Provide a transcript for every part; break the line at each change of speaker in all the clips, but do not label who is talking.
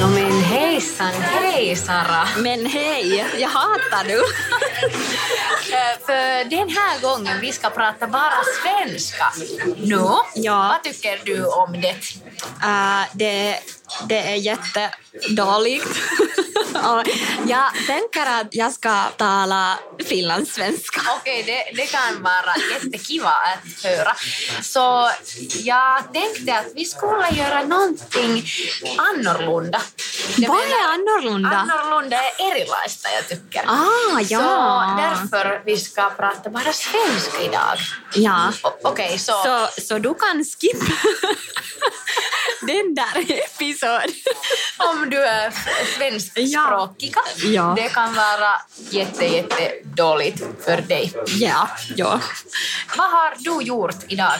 No men hejsan, hej Sara.
Men hej, jag hatar nu.
Eh, För den här gången vi ska prata bara svenska. Nu,
Ja.
vad tycker du om det?
Äh, det, det är jättedåligt. Och jag tänker att jag ska tala finlandssvenska.
Okej, det, det kan vara jättekiva att höra. Så jag tänkte att vi skulle göra någonting annorlunda. Jag
Vad
menar,
är annorlunda?
Annorlunda är erilaista, jag tycker.
Ah, ja.
Så därför vi ska prata bara svenska idag.
Ja.
O- Okej, så...
Så, så du kan skippa den där episoden.
om du är svenskspråkiga.
Ja.
Det kan vara jätte, jätte dåligt för dig.
Ja, ja.
Vad har du gjort idag?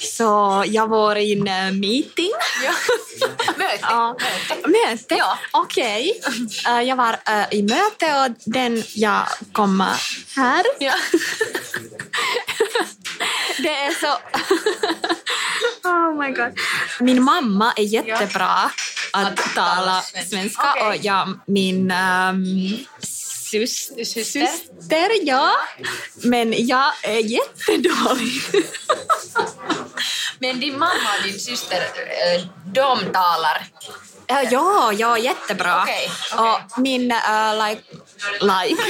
Så jag var i en eh, meeting.
Möte.
Ja.
Möte.
Möte?
Ja.
Okej. Eh, jag var eh, i möte och den jag kommer här.
Ja.
Det är så... oh my god. Min mamma är jättebra att,
Att tala
tala
svenska.
svenska
Okej.
och jag, min um, sys-
Syster.
syster, ja. Men jag är jättedålig.
Men din mamma och din syster, eh, de talar.
Ja, ja, ja, jättebra.
Okej, okej.
Och min äh, like, like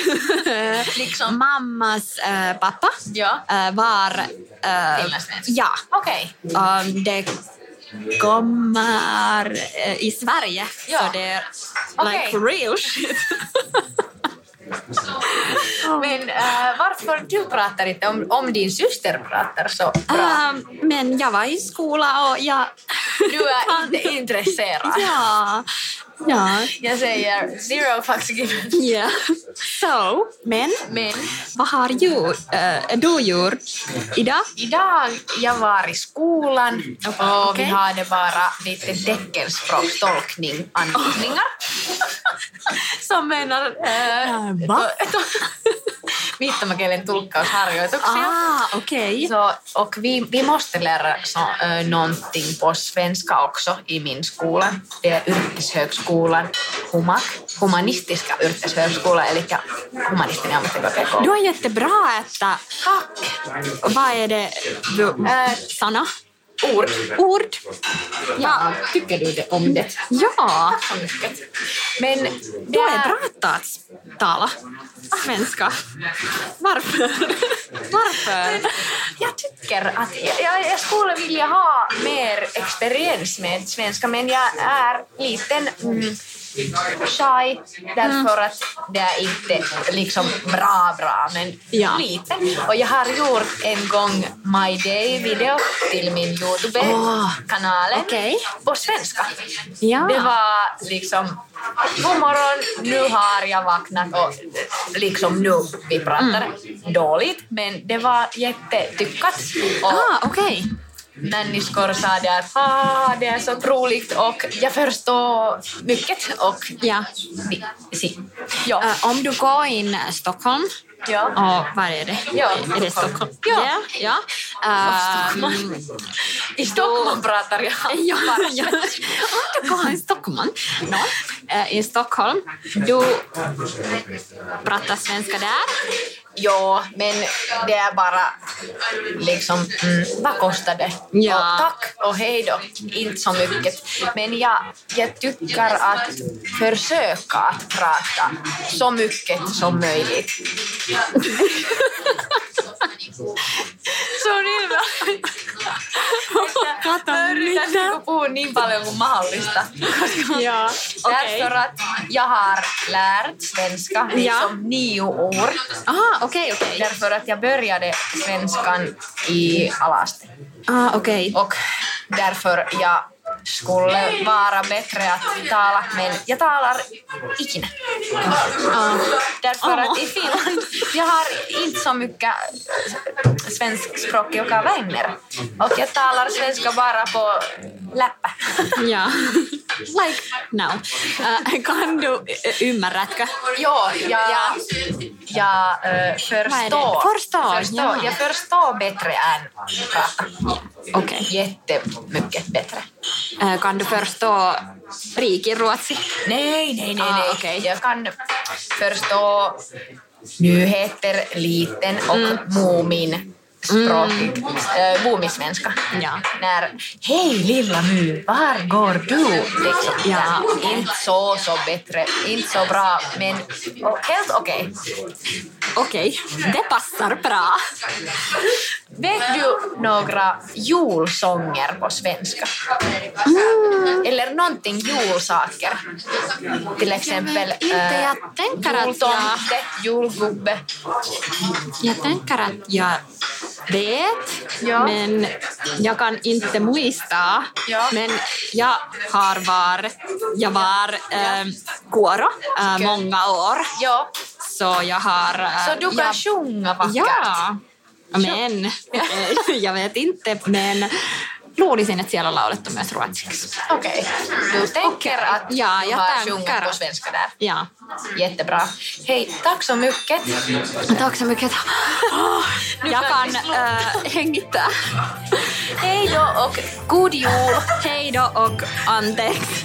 Liksom.
mammas äh, pappa
Ja.
äh, var... äh,
Finlandssvensk.
ja,
Okej.
um, det kommer äh, i Sverige.
Ja.
Så det är like
Okej.
real shit.
Men eh, varför du pratar inte om, om din syster pratar så bra?
Ähm, men jag var i skola och jag...
Du är inte intresserad.
ja. Ja.
Jag säger zero fucks given.
Ja. Så, men
Men
vad har du, äh, du gjort idag?
Idag jag var i skolan och
Okej.
Oh, vi hade bara lite teckenspråkstolkning, anvisningar. Som menar... Äh,
Äh, va?
to, to, viittomakielen tulkkausharjoituksia.
Ah, okej.
Så, och vi, vi måste lära så, äh, någonting på svenska också i min skola. Det är yrkeshögskolan, HUMAK, humanistiska yrkeshögskola, eli humanistinen ammattikorkeakoulu.
Du är jättebra att äta.
Tack!
Vad är det du... eh,
Äh,
Sanna?
Ord.
Ord?
Ja, tycker du det om det?
Ja.
Tack så mycket. Men
Du
det
är bra att ta- tala svenska. Varför? Varför?
Jag tycker att jag- jag, jag skulle vilja ha mer experiens med svenska men jag är liten mm, shy därför att det är inte liksom bra bra men
Ja.
liten. Och jag har gjort en gång My Day-video till min Youtube-kanalen
Okej.
på svenska.
Ja.
Det var liksom, god morgon, nu har jag vaknat och liksom nu vi pratar
Mm.
dåligt, men det var jättetyckat. Och
Ah, okej.
Människor sa det att ah, det är så roligt och jag förstår mycket och
Ja.
si, si. Ja.
Äh, om du går in i Stockholm
ja.
och vad är det?
Ja,
Är det Stockholm?
Ja.
ja. Äh, mm,
I Stockholm pratar jag
Ja,
bara
ja.
svenska.
Om du går i Stockholm, no. eh, i Stockholm, du pratar svenska där.
Ja, men det är bara liksom, mm, vad kostar det?
Ja.
Och tack och hej då, inte så mycket. Men jag, jag tycker att försöka att prata så mycket som möjligt. så niin mä
Kato
mä yritän
mitä.
niinku puhua puhun niin paljon kuin mahdollista.
Ja, okej.
Därför att jag har lärt svenska
Ja.
liksom nio år.
Ah, okej, okej.
Därför att jag började svenskan i alaste.
Ah, okej.
Och därför jag skulle vara bättre att tala, men jag talar ikinä.
Ah.
Därför
Åh.
att i Finland, jag har inte så mycket äh, svenskspråkiga vänner. Och jag talar svenska bara på läppä.
Ja. Like now. Äh, kan du, äh, ymmärrätkö?
Ja, jag, jag äh, förstår.
Förstår,
förstår.
ja.
Jag förstår bättre än andra.
Okej.
Jättemycket bättre.
Äh, kan du förstå rikiruotsi?
Nej, nej, nej.
Ah,
nej.
okej.
Jag kan förstå nyheter liten och
Mm.
Moomin språk, äh, Moomisvenska.
Ja.
När Hej lilla My, var går du? Liksom,
Ja.
där. Inte så, så bättre, inte så bra, men o- helt okej.
Okej, det passar bra.
Vet du några julsånger på svenska?
Mm.
Eller någonting julsaker? Till exempel
inte.
äh,
Jag tänker att
jultomte, julgubbe.
Jag tänker att jag vet,
Ja.
men jag kan inte muista.
Ja.
Men jag har var, jag var äh, koro äh, många år,
Ja,
så jag har... Äh,
så du kan
jag,
sjunga vackert?
Ja, men eh, jag vet inte, men luulisin, että siellä on laulettu myös ruotsiksi.
Okej. Du tänker att
Ja,
du
jag
har
tänker
sjungit på
att-
svenska där?
Ja.
Jättebra. Hej, tack så mycket.
Tack så mycket. Oh, Jag kan äh, hengittää.
Hej då och god jul!
Hej då och anteeksi.